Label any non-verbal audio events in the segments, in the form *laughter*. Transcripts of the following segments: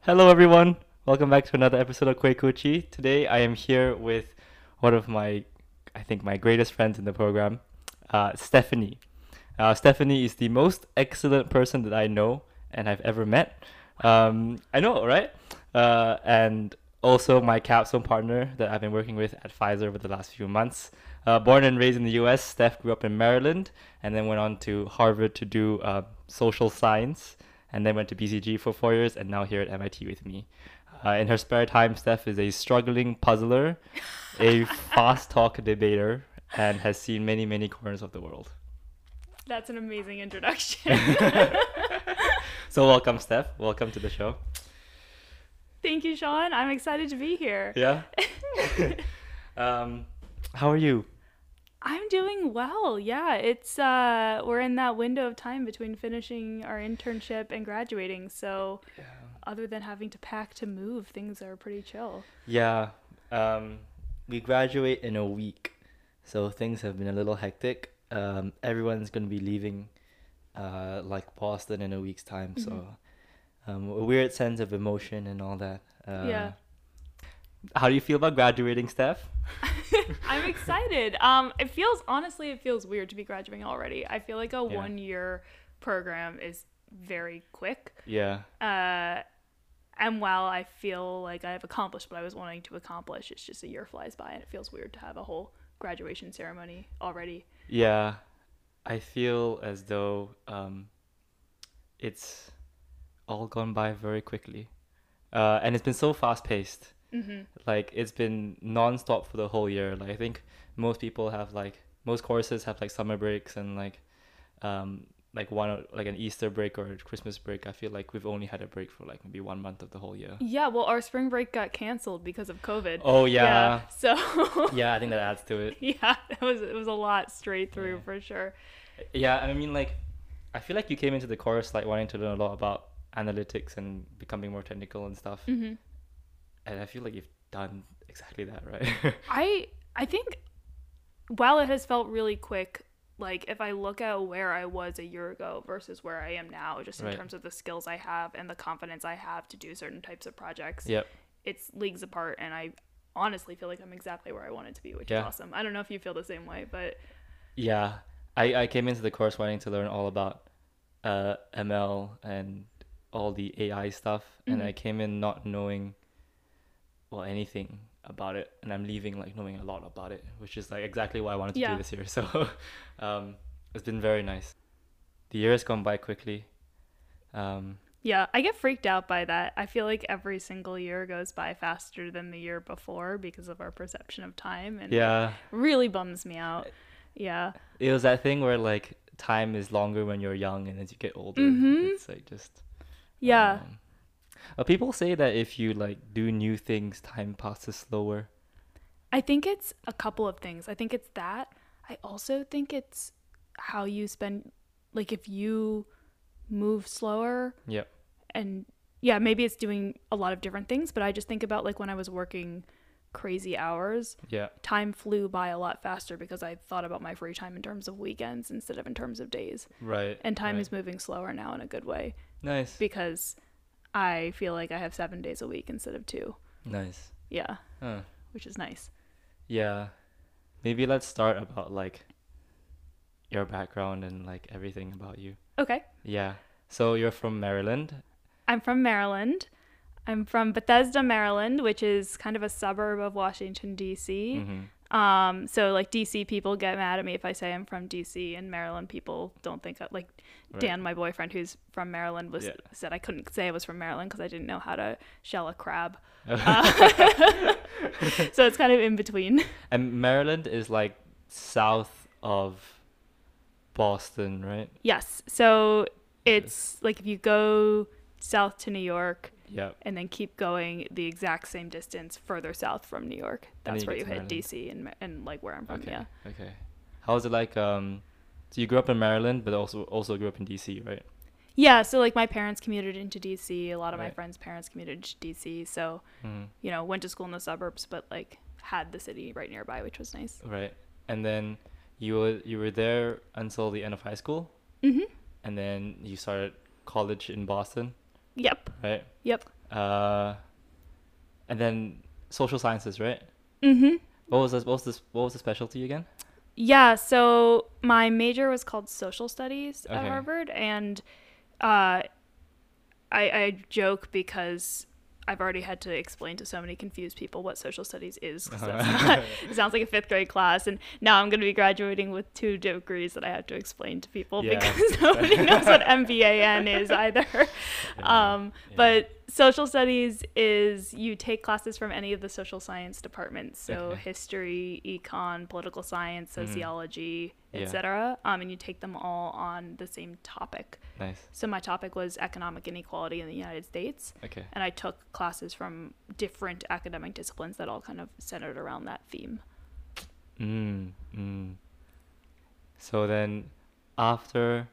Hello, everyone. Welcome back to another episode of Kuekuchi. Today, I am here with one of my, I think, my greatest friends in the program, uh, Stephanie. Uh, Stephanie is the most excellent person that I know and I've ever met. Um, I know, right? Uh, and also my capstone partner that I've been working with at Pfizer over the last few months. Uh, born and raised in the U.S., Steph grew up in Maryland and then went on to Harvard to do uh, social science and then went to BCG for four years and now here at MIT with me. Uh, in her spare time, Steph is a struggling puzzler, a fast talk debater, and has seen many, many corners of the world. That's an amazing *laughs* introduction. *laughs* So, welcome, Steph. Welcome to the show. Thank you, Sean. I'm excited to be here. Yeah. *laughs* um, how are you? I'm doing well. Yeah, it's uh we're in that window of time between finishing our internship and graduating. So other than having to pack to move, things are pretty chill. Yeah. Um, we graduate in a week, so things have been a little hectic. Um, everyone's gonna be leaving, uh, like Boston in a week's time. So, um, a weird sense of emotion and all that. Uh, Yeah. How do you feel about graduating, Steph? I'm excited. *laughs* Um it feels honestly it feels weird to be graduating already. I feel like a Yeah. 1-year program is very quick. Yeah. uh, and while I feel like I have accomplished what I was wanting to accomplish, it's just a year flies by and it feels weird to have a whole graduation ceremony already. Yeah, I feel as though um, it's all gone by very quickly, uh, and it's been so fast paced. Like it's been non-stop for the whole year. Like I think most people have like most courses have like summer breaks and like um, like one or- like an Easter break or a Christmas break. I feel like we've only had a break for like maybe one month of the whole year. Yeah, well, our spring break got canceled because of COVID. Oh yeah, So *laughs* yeah. I think that adds to it. yeah, it was it was a lot straight through Yeah. for sure. Yeah, I mean, like, I feel like you came into the course like wanting to learn a lot about analytics and becoming more technical and stuff, Mhm. and I feel like you've done exactly that, right? *laughs* I I think while it has felt really quick, like if I look at where I was a year ago versus where I am now, just in Right. terms of the skills I have and the confidence I have to do certain types of projects, yep. it's leagues apart and I honestly feel like I'm exactly where I wanted to be, which Yeah. is awesome. I don't know if you feel the same way, but Yeah, I I came into the course wanting to learn all about uh, ML and all the AI stuff, and I came in not knowing well anything about it, and I'm leaving like knowing a lot about it, which is like exactly what I wanted to Yeah. do this year. *laughs* So, um, it's been very nice. The year has gone by quickly. Um, yeah, I get freaked out by that. I feel like every single year goes by faster than the year before because of our perception of time and yeah, it really bums me out. Yeah. it was that thing where like time is longer when you're young, and as you get older, Mhm. it's like just Yeah. Um, uh, people say that if you like do new things, time passes slower. I think it's a couple of things. I think it's that. I also think it's how you spend like if you move slower Yep. and yeah, maybe it's doing a lot of different things, but I just think about like when I was working crazy hours, Yeah. time flew by a lot faster because I thought about my free time in terms of weekends instead of in terms of days. Right. And time right. is moving slower now in a good way nice. because I feel like I have 7 days a week instead of 2. nice. Yeah, Huh. which is nice. Yeah. Maybe let's start about like your background and like everything about you. Okay. Yeah. So you're from Maryland. I'm from Maryland. I'm from Bethesda, Maryland, which is kind of a suburb of Washington, D.C. Mhm. Um, so like DC people get mad at me if I say I'm from DC, and Maryland people don't think I, like Right. Dan, my boyfriend who's from Maryland, was Yeah. said I couldn't say I was from Maryland because I didn't know how to shell *laughs* a crab. Uh, *laughs* so it's kind of in between. And Maryland is like south of Boston, right? Yes, so it's like if you go south to New York Yep. and then keep going the exact same distance further south from New York, And then that's you where get you to hit Maryland. DC and Ma- and like where I'm from. Okay. Mm, Yeah. Okay. How was it like um so you grew up in Maryland but also also grew up in DC, right? Yeah, so like my parents commuted into DC. A lot of my Right. friends' parents commuted to DC. So, Mhm. you know, went to school in the suburbs, but like had the city right nearby, which was nice. Right. And then you were you were there until the end of high school, Mm-hmm. and then you started college in Boston, Yep. right? Yep. uh, and then social sciences, right? Mm-hmm. What was this? What was this? What was the specialty again? Yeah, so my major was called social studies at Okay. Harvard, and uh, I, I joke because I've already had to explain to so many confused people what social studies is. 'cause that's *laughs* Uh-huh. not- it sounds like a fifth grade class, and now I'm going to be graduating with two degrees that I have to explain to people Yeah. because *laughs* nobody knows what MBAN *laughs* is either. Um, yeah. But social studies is you take classes from any of the social science departments, so Okay. history, econ, political science, sociology, Mm-hmm. Yeah. etc. Um, and you take them all on the same topic. Nice. So my topic was economic inequality in the United States, Okay. and I took classes from different academic disciplines that all kind of centered around that theme. Mm, mm. So then, after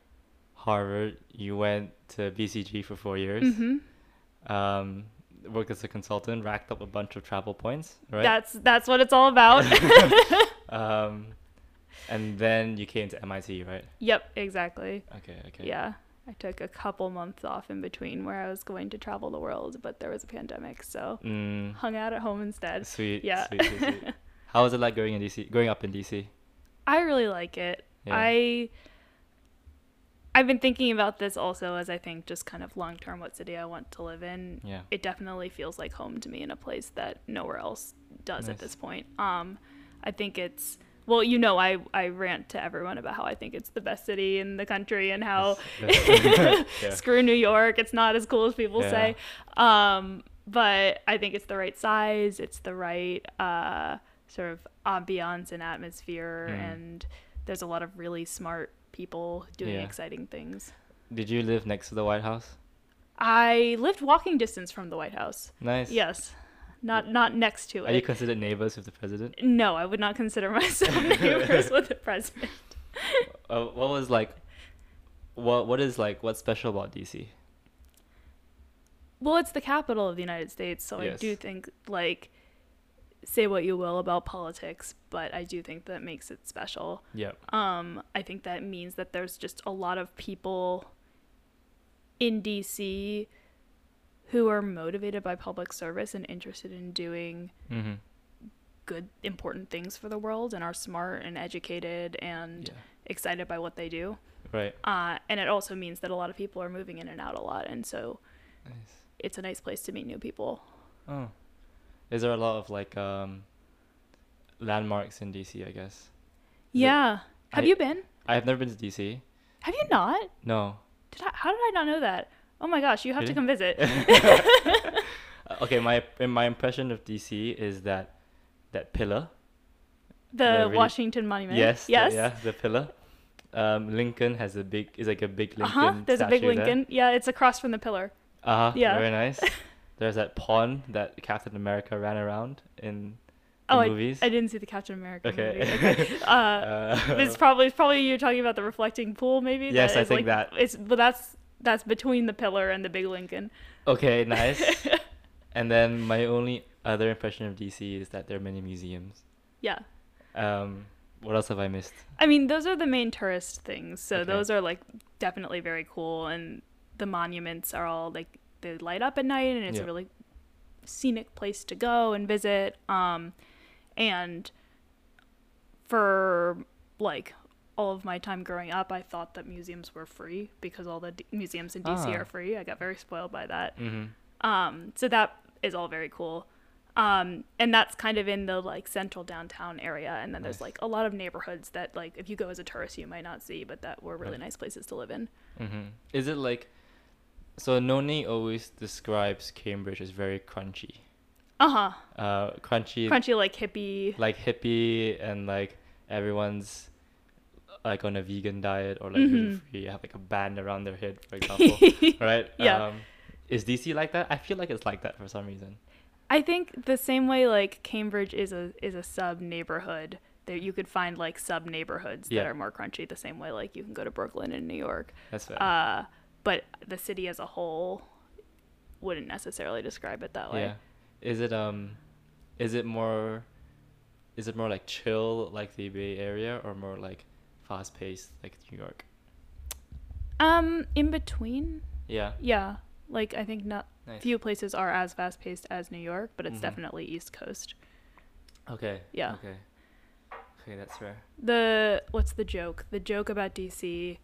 Harvard, you went to BCG for four years. hmm Um, worked as a consultant, racked up a bunch of travel points, right? That's that's what it's all *laughs* about. um, and then you came to MIT, right? yep, exactly. Okay. Okay. Yeah. I took a couple months off in between where I was going to travel the world, but there was a pandemic, so Mm, hung out at home instead. sweet. yeah. Sweet, sweet, *laughs* sweet. How was it like growing in DC? Growing up in DC? I really like it. Yeah. I I've been thinking about this also as I think just kind of long term what city I want to live in. Yeah. It definitely feels like home to me in a place that nowhere else does at Nice. this point. Um I think it's well, you know, I, I rant to everyone about how I think it's the best city in the country and *laughs* how *laughs* That's- that's- yeah. screw New York, it's not as cool as people Yeah. say. Um, but I think it's the right size, it's the right uh, sort of ambiance and atmosphere, Mm. and there's a lot of really smart people doing Yeah. exciting things. Did you live next to the White House? I lived walking distance from the White House. Nice. Yes, not not next to Are you it. considered neighbors with the *laughs* president? no, I would not consider *laughs* *laughs* myself neighbors with the president. Uh, what was like? What What is like? What's special about DC? Well, it's the capital of the United States, so I Yes. do think like say what you will about politics, but I do think that makes it special. Yeah. Um, I think that means that there's just a lot of people in DC who are motivated by public service and interested in doing Mm-hmm. good important things for the world and are smart and educated and Yeah. excited by what they do. Right. Uh, and it also means that a lot of people are moving in and out a lot and so Nice. it's a nice place to meet new people. Oh. Is there a lot of like um landmarks in DC, I guess? Is it- Yeah. Have I- you been? I have never been to DC. Have you not? No. Did I, how did I not know that? Oh my gosh, you have to Really? *laughs* come visit. *laughs* Uh, *laughs* Okay, my uh, my impression of DC is that that pillar. The really- Washington Monument. Yes. the- Yes. yeah, the pillar. Um, Lincoln has a big is like a big Uh Lincoln. huh. There's a big statue there. Lincoln. Yeah, it's across from the pillar. Uh huh. Yeah. Very nice. *laughs* There's that pond that Captain America ran around in the Oh, I, movies. I didn't see the Captain America. Okay. *laughs* Movie. okay. Uh, it's probably it's probably you're talking about the reflecting pool, maybe. Yes, I is, think like- that. It's but that's that's between the pillar and the big Lincoln. okay, *laughs* nice. and then my only other impression of DC is that there are many museums. Yeah. Um, what else have I missed? I mean, those are the main tourist things. So Okay. those are like definitely very cool, and the monuments are all like they light up at night, and it's a Yeah. really scenic place to go and visit. Um, and for like all of my time growing up, I thought that museums were free because all the d- museums in DC Ah. are free. I got very spoiled by that. Mm-hmm. Um, so that is all very cool. Um, and that's kind of in the like central downtown area. And then there's Nice. like a lot of neighborhoods that like if you go as a tourist, you might not see, but that were really Right. nice places to live in. Mm-hmm. Is it like? So Noni always describes Cambridge as very crunchy. Uh huh. Uh, crunchy, Crunchy like hippie. like hippie, and like everyone's like on a vegan diet or like gluten Mhm. free. Have like a band around their head, *laughs* for example. right? Yeah. Um, is DC like that? I feel like it's like that for some reason. I think the same way like Cambridge is a is a sub neighborhood that you could find like sub neighborhoods Yeah. that are more crunchy. The same way like you can go to Brooklyn and New York. That's fair. Uh, but the city as a whole wouldn't necessarily describe it that way. Yeah. Is it um is it more is it more like chill like the Bay Area or more like fast paced like New York? Um, in between. Yeah. Yeah. Like I think not Nice. few places are as fast paced as New York, but it's Mhm. definitely East Coast. Okay. Yeah. Okay. Okay, that's rare. The what's the joke? The joke about DC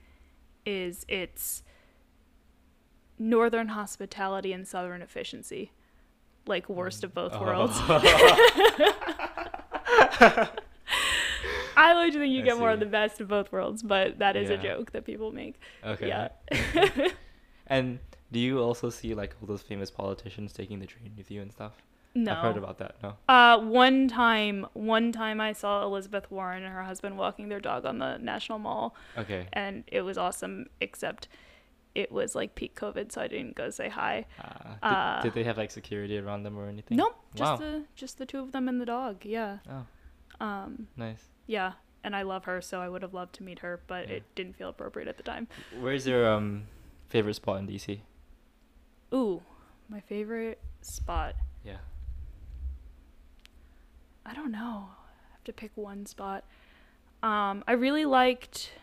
is it's northern hospitality and southern efficiency. Like worst of Oh. Mm. *laughs* both worlds. I like to think you I get more see. of the best of both worlds, but that is a Yeah. joke that people make. Okay. Yeah. *laughs* And do you also see like all those famous politicians taking the train with you and stuff? No. I've heard about that. No. Uh, one time, one time I saw Elizabeth Warren and her husband walking their dog on the National Mall, Okay. and it was awesome. Except, it was like peak COVID, so I didn't go say hi. Uh, did, Uh, did they have like security around them or anything? Nope, just Wow. the just the two of them and the dog. Yeah, Oh, um, nice. yeah. And I love her, so I would have loved to meet her, but Yeah. it didn't feel appropriate at the time. Where's your um favorite spot in DC? Ooh, my favorite spot. Yeah. I don't know. I have to pick one spot. Um, I really liked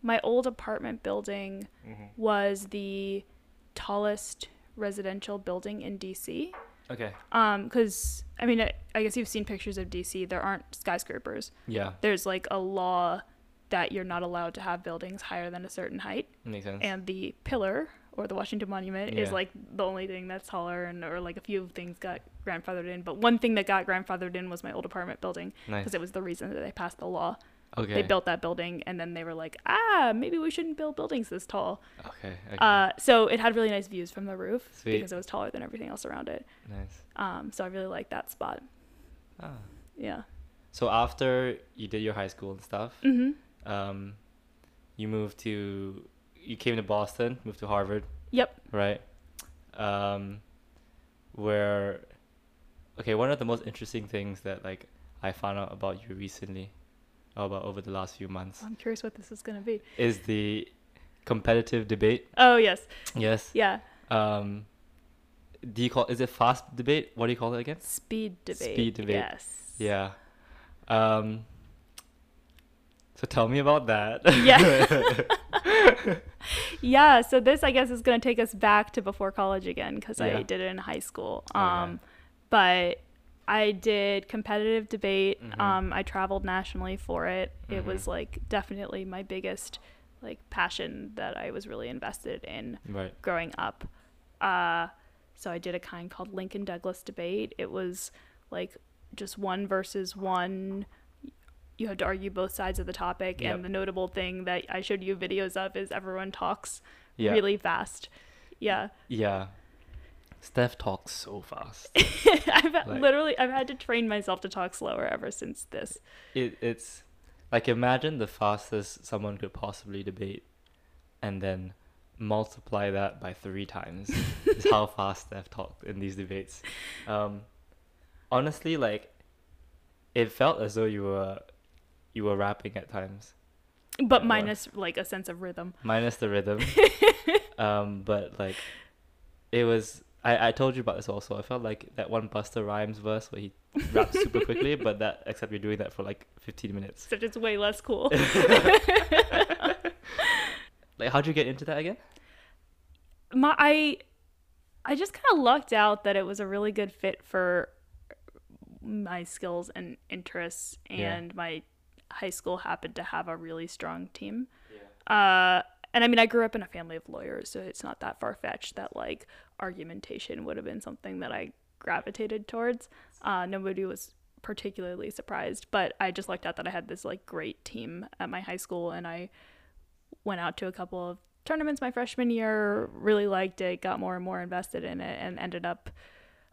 my old apartment building Mm-hmm. was the tallest residential building in DC. Okay. Um, 'cause cause I mean, I, I guess you've seen pictures of DC. There aren't skyscrapers. Yeah. There's like a law that you're not allowed to have buildings higher than a certain height, Makes sense. and the pillar or the Washington Monument is Yeah. like the only thing that's taller, and or like a few things got grandfathered in. But one thing that got grandfathered in was my old apartment building nice. because it was the reason that they passed the law. okay. They built that building, and then they were like, ah, maybe we shouldn't build buildings this tall. Okay. okay. Uh, so it had really nice views from the roof Sweet. because it was taller than everything else around it. nice. Um, so I really like that spot. Ah. Yeah. So after you did your high school and stuff, hmm um, you moved to you came to Boston, moved to Harvard, Yep. right? Um, where okay, one of the most interesting things that like I found out about you recently, or about over the last few months, I'm curious what this is gonna be. is the competitive debate. Oh yes. Yes. Yeah. Um, do you call is it fast debate? What do you call it again? Speed debate. Speed debate. Yes. Yeah. Um, so tell me about that. Yeah. *laughs* yeah. So this, I guess, is gonna take us back to before college again because Yeah. Oh, I did it in high school. Okay. Um, but I did competitive debate. Mhm. Um, I traveled nationally for it. It Mhm. was like definitely my biggest like passion that I was really invested in. *laughs* right. growing up. Uh, so I did a kind called Lincoln Douglas debate. It was like just one versus one. You had to argue both sides of the topic. Yep. And the notable thing that I showed you videos of is everyone talks Yeah. really fast. Yeah. Yeah. Steph talks so fast. *laughs* I've Like- literally, I've had to train myself to talk slower ever since this. it, it's like imagine the fastest someone could possibly debate and then multiply that by three times is how fast Steph talked in these debates. Um, honestly, like it felt as though you were you were rapping at times. But Yeah. minus like a sense of rhythm. minus the *laughs* rhythm. um, but like, it was. I, I told you about this also. I felt like that one Buster Rhymes verse where he raps super quickly, but that except you're doing that for like 15 minutes. Except it's way less cool. Like, how'd you get into that again? my I I just kind of lucked out that it was a really good fit for my skills and interests Yeah. and my high school happened to have a really strong team. Yeah. Uh and I mean I grew up in a family of lawyers, so it's not that far fetched that like argumentation would have been something that I gravitated towards. Uh nobody was particularly surprised, but I just lucked out that I had this like great team at my high school and I went out to a couple of tournaments my freshman year really liked it got more and more invested in it and ended up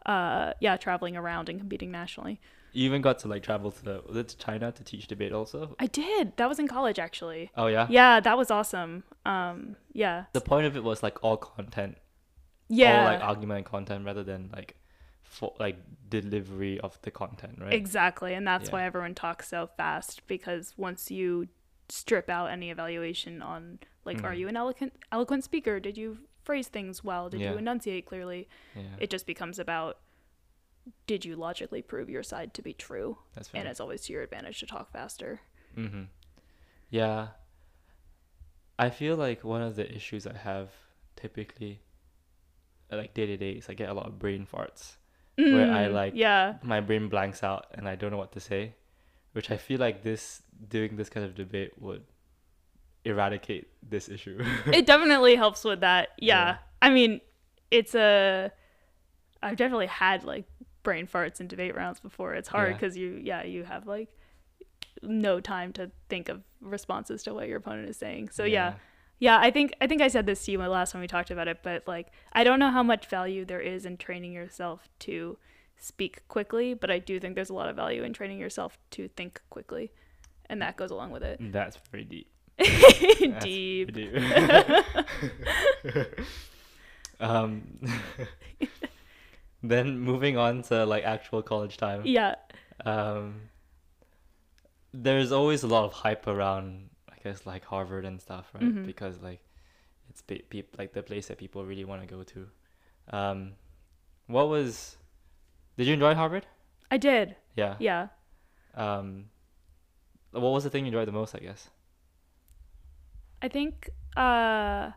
uh yeah traveling around and competing nationally You even got to like travel to the, was it to China to teach debate also. i did that was in college actually Oh yeah. yeah that was awesome um yeah The point of it was like all content, all yeah like argument and content, rather than like, for like delivery of the content, right? exactly and that's Yeah. why everyone talks so fast because once you strip out any evaluation on like are Mhm. you an eloquent eloquent speaker did you phrase things well did Yeah. you enunciate clearly yeah, it just becomes about did you logically prove your side to be true that's fair. and it's always to your advantage to talk faster Mm-hmm. Yeah. I feel like one of the issues I have typically, uh, like day to day is I get a lot of brain farts where I, Mm, like, yeah my brain blanks out and I don't know what to say, which I feel like this doing this kind of debate would eradicate this issue. *laughs* it definitely helps with that. Yeah. Yeah. I mean, it's a. I've definitely had like brain farts in debate rounds before. It's hard Yeah. because you, yeah, you have like no time to think of responses to what your opponent is saying. *laughs* So yeah. yeah, I think I think I said this to you my last time we talked about it, but like I don't know how much value there is in training yourself to speak quickly, but I do think there's a lot of value in training yourself to think quickly, and that goes along with it. *laughs* that's pretty deep. That's Deep. *laughs* pretty- *laughs* um, *laughs* then moving on to like actual college time. Yeah. Um, there's always a lot of hype around, I guess, like Harvard and stuff, right? Mhm. Because like it's pe- peop like the place that people really want to go to. Um, what was? Did you enjoy Harvard? I did. Yeah. Yeah. Um, what was the thing you enjoyed the most? I guess. I think uh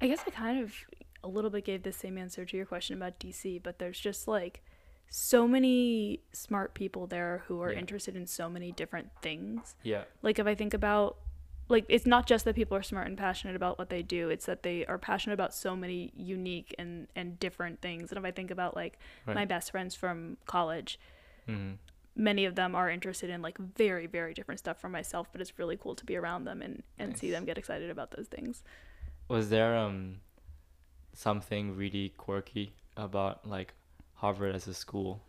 I guess I kind of a little bit gave the same answer to your question about DC, but there's just like so many smart people there who are Yeah. interested in so many different things. Yeah. Like if I think about like it's not just that people are smart and passionate about what they do, it's that they are passionate about so many unique and and different things. And if I think about like Right. my best friends from college, Mm-hmm. many of them are interested in like very very different stuff from myself but it's really cool to be around them and and see Nice. them get excited about those things Was there um something really quirky about like Harvard as a school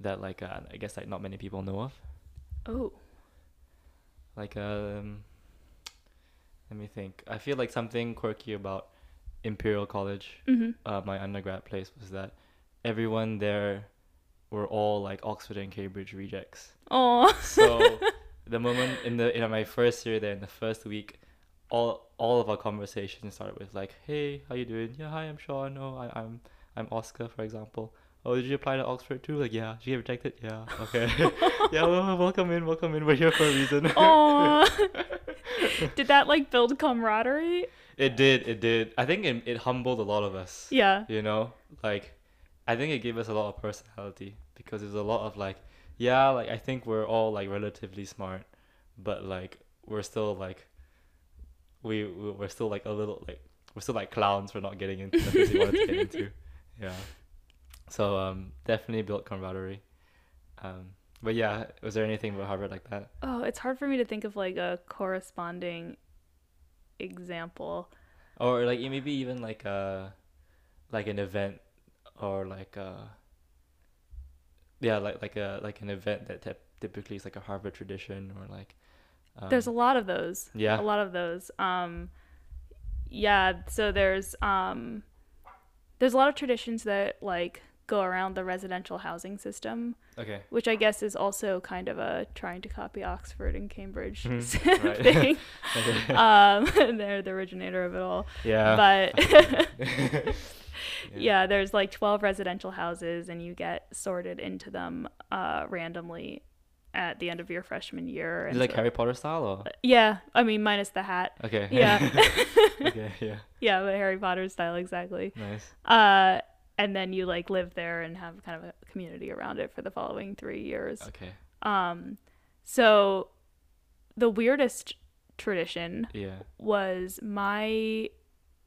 that like uh, I guess like not many people know of? oh Like um let me think. I feel like something quirky about Imperial College, hmm uh, my undergrad place was that everyone there were all like Oxford and Cambridge rejects. *laughs* oh So the moment in the in my first year there in the first week, all all of our conversations started with like, "Hey, how you doing? Yeah, hi, I'm Sean. Oh, I, I'm I'm Oscar, for example. Oh, did you apply to Oxford too? Like, yeah. Did you get rejected? Yeah. Okay. *laughs* yeah. Well, welcome in. Welcome in. We're here for a reason. oh *laughs* did that like build camaraderie it did. It did. I think it it humbled a lot of us. yeah You know, like, I think it gave us a lot of personality because there's a lot of like, yeah, like I think we're all like relatively smart, but like we're still like, we we- we're still like a little like we're still like clowns for not getting into the things we wanted to get into, yeah. So um, definitely built camaraderie. Um, but yeah, was there anything about Harvard like that? oh it's hard for me to think of like a corresponding example or like e- maybe even like a like an event or like a yeah like like a like an event that typ typically is like a Harvard tradition or like um, there's a lot of those yeah a lot of those um yeah so there's um there's a lot of traditions that like go around the residential housing system okay which i guess is also kind of a trying to copy oxford and cambridge *laughs* Mhm, right. *laughs* thing okay um *laughs* they're the originator of it all yeah but *laughs* *laughs* Yeah. yeah there's like 12 residential houses and you get sorted into them uh randomly at the end of your freshman year Is and it like so- Harry Potter style or yeah i mean minus the hat okay yeah *laughs* *laughs* okay yeah Yeah, but Harry Potter style exactly. nice Uh, and then you like live there and have kind of a community around it for the following three years. okay Um, so the weirdest tradition yeah was my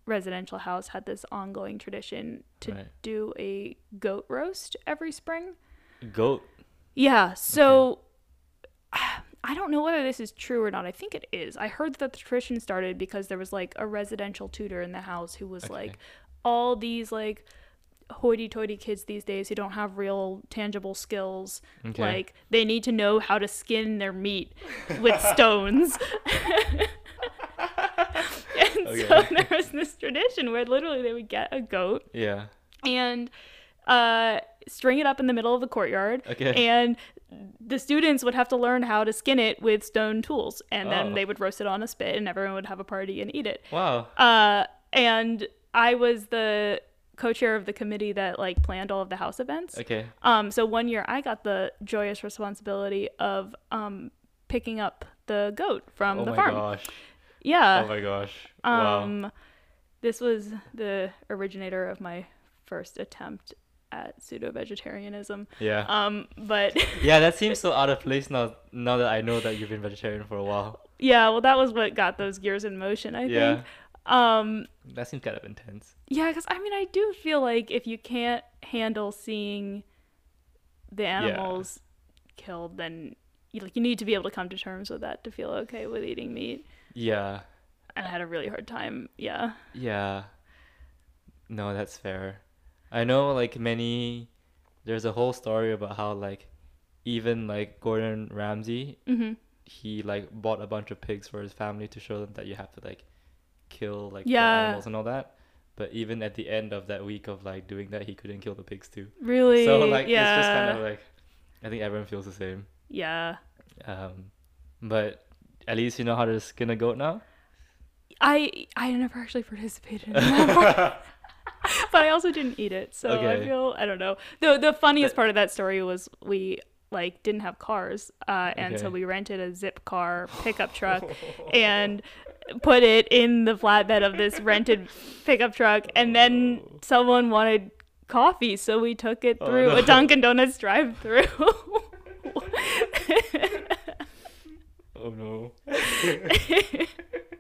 residential house had this ongoing tradition to Right. do a goat roast every spring. goat Yeah. So *sighs* I don't know whether this is true or not. I think it is. I heard that the tradition started because there was like a residential tutor in the house who was Okay. like, all these like hoity toity kids these days who don't have real tangible skills. Okay. Like they need to know how to skin their meat *laughs* with stones. and so Okay. there was this tradition where literally they would get a goat yeah and uh, string it up in the middle of the courtyard. Okay. And the students would have to learn how to skin it with stone tools, and then Oh. they would roast it on a spit, and everyone would have a party and eat it. wow Uh, and I was the co-chair of the committee that like planned all of the house events. okay Um, so one year I got the joyous responsibility of um, picking up um, the goat from oh the my farm. gosh Yeah. oh my gosh wow Um, This was the originator of my first attempt at pseudo vegetarianism. Yeah. Um, but *laughs* yeah, that seems so out of place now. Now that I know that you've been vegetarian for a while, yeah, well, that was what got those gears in motion, I Yeah. think. Um, that seems kind of intense. yeah, because I mean, I do feel like if you can't handle seeing the animals killed, then you, like you need to be able to come to terms with that to feel okay with eating meat. Yeah. And I had a really hard time. Yeah. Yeah. No, that's fair. I know like many there's a whole story about how like even like Gordon Ramsay, hmm he like bought a bunch of pigs for his family to show them that you have to like kill like the Yeah. animals and all that. But even at the end of that week of like doing that, he couldn't kill the pigs too. Really. So like yeah. it's just kind of like I think everyone feels the same. yeah. Um but at least you know how to skin a goat now. I I never actually participated in that. *laughs* but I also didn't eat it, so I Okay. feel I don't know. The the funniest part of that story was we like didn't have cars, uh, and so Okay. we rented a zip car pickup *laughs* truck and put it in the flatbed of this rented pickup truck, and then someone wanted coffee, so we took it Oh, through no. a Dunkin' Donuts drive-through. *laughs* *laughs* Oh no.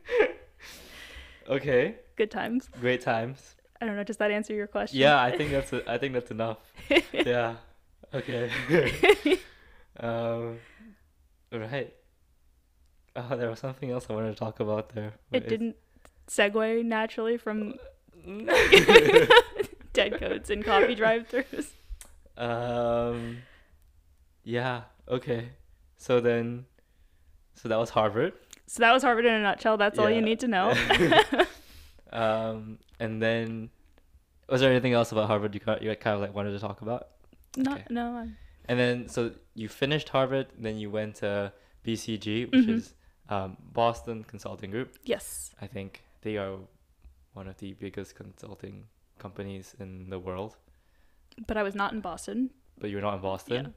*laughs* okay, Good times. great times. I don't know. Does that answer your question? Yeah, I think that's a, I think that's enough. yeah. *laughs* Okay. um, right. Oh, there was something else I wanted to talk about there. but It didn't segue naturally from it's- dead coats and *laughs* coffee drive-throughs. *laughs* um. Yeah. Okay. So then, so that was Harvard. So that was Harvard in a nutshell. That's all Yeah. you need to know. *laughs* *laughs* Um, and then, was there anything else about Harvard you kind you kind of like wanted to talk about? Not Okay. no. I'm, And then, so you finished Harvard, then you went to BCG, which Mhm. is um, Boston Consulting Group. yes. I think they are one of the biggest consulting companies in the world. But I was not in Boston. But you're not in Boston.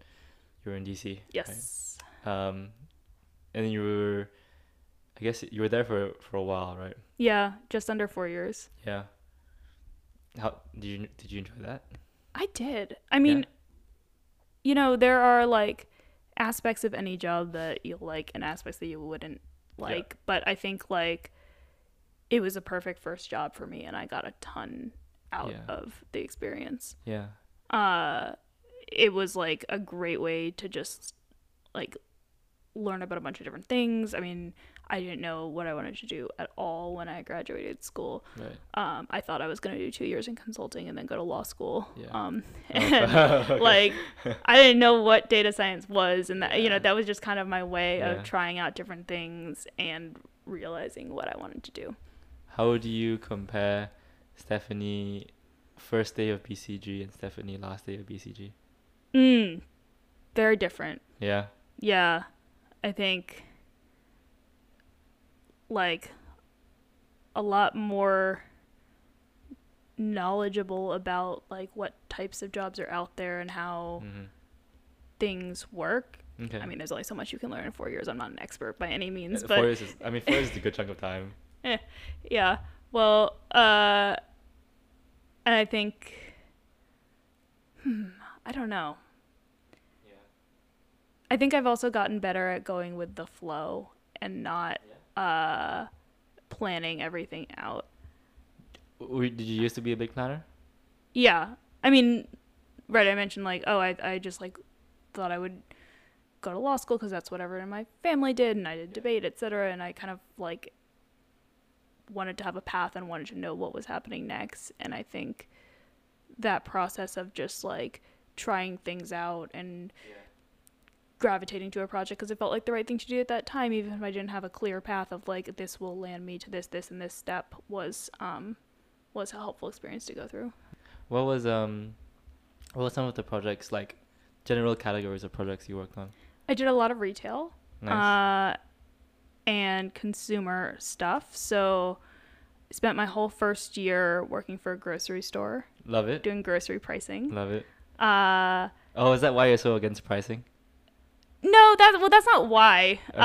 You're in DC. right? Yes. Um, and you were, I guess you were there for for a while, right? Yeah, just under 4 years. Yeah. How did you did you enjoy that? I did. I mean, you know, there are like aspects of any job that you'll like and aspects that you wouldn't like, but I think like it was a perfect first job for me and I got a ton out Yeah. of the experience. Yeah. uh it was like a great way to just like learn about a bunch of different things i mean i didn't know what i wanted to do at all when i graduated school Right. um i thought i was going to do two years in consulting and then go to law school Yeah. *laughs* um and Okay. *laughs* like i didn't know what data science was and that you know Yeah. that was just kind of my way Yeah. of trying out different things and realizing what i wanted to do How do you compare Stephanie first day of BCG and Stephanie last day of BCG? mm, very different Yeah. yeah i think like a lot more knowledgeable about like what types of jobs are out there and how Mm-hmm. things work Okay. i mean there's only so much you can learn in four years i'm not an expert by any Uh, means four but years is, I mean, four years is a good chunk of *laughs* time. yeah well uh and i think hmm i don't know Yeah. I think I've also gotten better at going with the flow and not uh, planning everything out. did you used to be a big planner? Yeah. I mean, right, I mentioned like, oh, I, I just like thought I would go to law school because that's what everyone in my family did and I did debate, et cetera. And I kind of like wanted to have a path and wanted to know what was happening next. And I think that process of just like trying things out and gravitating to a project because it felt like the right thing to do at that time, even if I didn't have a clear path of like this will land me to this, this, and this step was um was a helpful experience to go through. What was um, what were some of the projects like? General categories of projects you worked on. I did a lot of retail Nice. uh, and consumer stuff, so spent my whole first year working for a grocery store Love it. doing grocery pricing. Love it. Uh, Oh, is that why you're so against pricing? no, that well, that's not why. Okay.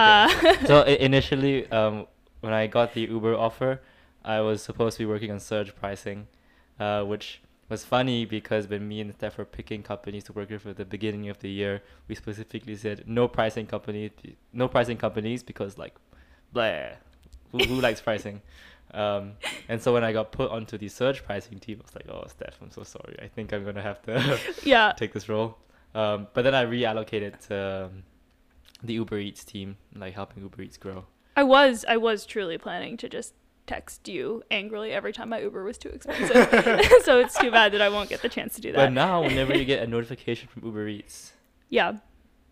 Uh, *laughs* so i- initially, um, when I got the Uber offer, I was supposed to be working on surge pricing, uh, which was funny because when me and the staff were picking companies to work with at the beginning of the year, we specifically said no pricing company, no pricing companies because like, blah, who, who likes pricing? Um, and so when I got put onto the surge pricing team, I was like, oh, Steph, I'm so sorry. I think I'm gonna have to *laughs* Yeah. *laughs* take this role. Um, but then I reallocated to um, the Uber Eats team, like helping Uber Eats grow. I was I was truly planning to just text you angrily every time my Uber was too expensive. *laughs* *laughs* so it's too bad that I won't get the chance to do But that. now, whenever *laughs* you get a notification from Uber Eats, yeah.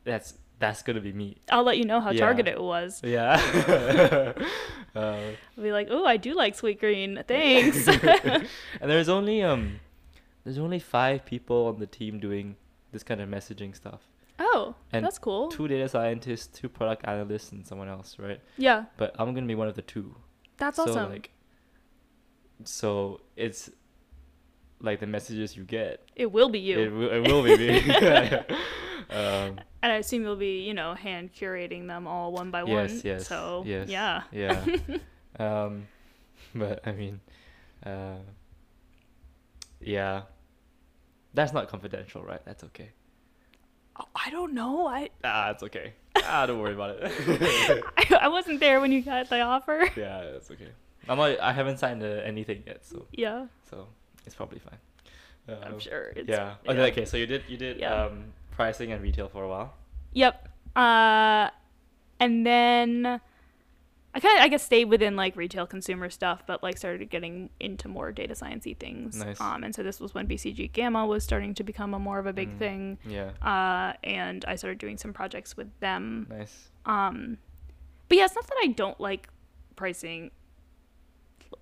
that's that's gonna be me. I'll let you know how Yeah. targeted it was. *laughs* Yeah. *laughs* Uh, I'll be like, "Oh, I do like sweet green. Thanks." *laughs* *laughs* and there's only um, there's only five people on the team doing this kind of messaging stuff. oh, And that's cool. Two data scientists, two product analysts, and someone else, right? yeah. But I'm gonna be one of the two. That's so, awesome. Like, so it's like the messages you get. it will be you. It, will, it will be *laughs* me. *laughs* um, And I assume you'll be, you know, hand curating them all one by one. yes, yes. So yes, yeah. *laughs* Yeah. um, but I mean, uh, yeah. That's not confidential, right? That's okay. Oh, I don't know. *laughs* I, *laughs* Ah, it's okay. Ah, don't worry about it. *laughs* I I wasn't there when you got the offer. yeah, it's okay. I'm not, I haven't signed uh, anything yet, so *laughs* Yeah, so it's probably fine. I'm Um, sure. It's, yeah. Okay, okay. So you did you did Yeah. um, pricing and retail for a while. Yep. Uh, and then I kind of I guess stayed within like retail consumer stuff, but like started getting into more data sciencey things. Nice. Um, and so this was when BCG Gamma was starting to become a more of a big Mm. thing. Yeah. Uh, and I started doing some projects with them. Nice. Um, but yeah, it's not that I don't like pricing.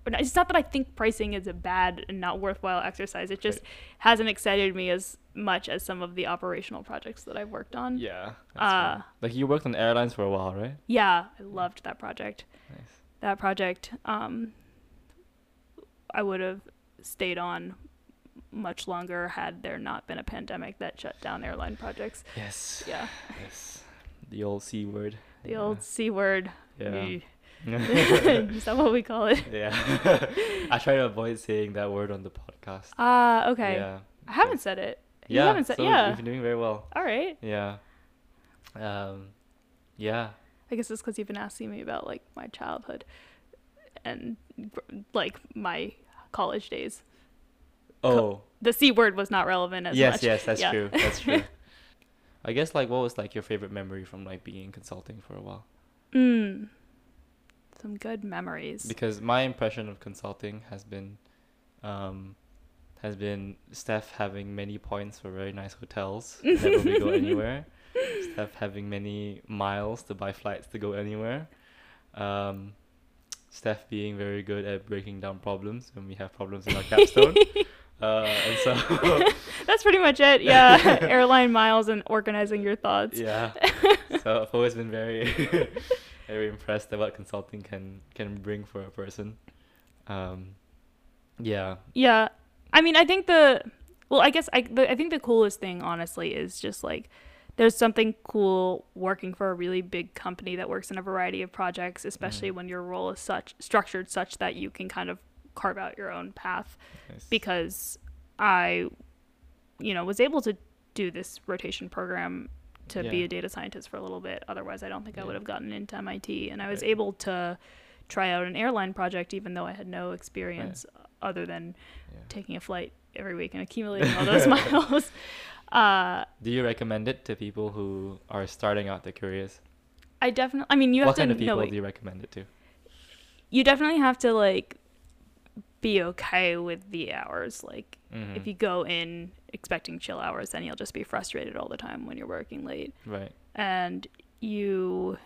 It's not that I think pricing is a bad and not worthwhile exercise. It just Right. hasn't excited me as much as some of the operational projects that I've worked on. Yeah. that's fair. Uh, like you worked on airlines for a while, right? Yeah, I loved that project. Nice. That project, um, I would have stayed on much longer had there not been a pandemic that shut down airline projects. Yes. Yeah, Yes. The old C word. the Yeah. old C word. Yeah. *laughs* *laughs* Is that what we call it? *laughs* yeah. *laughs* I try to avoid saying that word on the podcast. Ah, okay. Yeah. I haven't said it. You yeah. haven't said so yeah. We've been doing very well. All right. Yeah. Um, yeah. I guess it's because you've been asking me about like my childhood and like my college days. Oh. The c word was not relevant as yes. much. Yes. That's Yeah. true. That's *laughs* true. I guess like what was like your favorite memory from like being in consulting for a while? Mm. Some good memories. Because my impression of consulting has been, um, has been staff having many points for very nice hotels *laughs* whenever we go anywhere, staff having many miles to buy flights to go anywhere, um, staff being very good at breaking down problems when we have problems in our *laughs* capstone, uh, and so That's pretty much it. Yeah. *laughs* Airline miles and organizing your *laughs* thoughts. yeah, so I've always been very, *laughs* very impressed at what consulting can can bring for a person. Um, yeah, Yeah. I mean, I think the well, I guess I the, I think the coolest thing honestly is just like there's something cool working for a really big company that works in a variety of projects, Mm. especially when your role is such structured such that you can kind of carve out your own path nice. because I you know, was able to do this rotation program to be Yeah. a data scientist for a little bit. Otherwise, I don't think I Yeah. would have gotten into MIT and I was Right. able to try out an airline project even though I had no experience other than Yeah. taking a flight every week and accumulating all those *laughs* miles. Uh, Do you recommend it to people who are starting out their careers? I definitely. I mean, you have what to kind of know. people it. do you recommend it to? you definitely have to like be okay with the hours. Like, Mm-hmm. if Hmm. you go in expecting chill hours, then you'll just be frustrated all the time when you're working late. Right. and you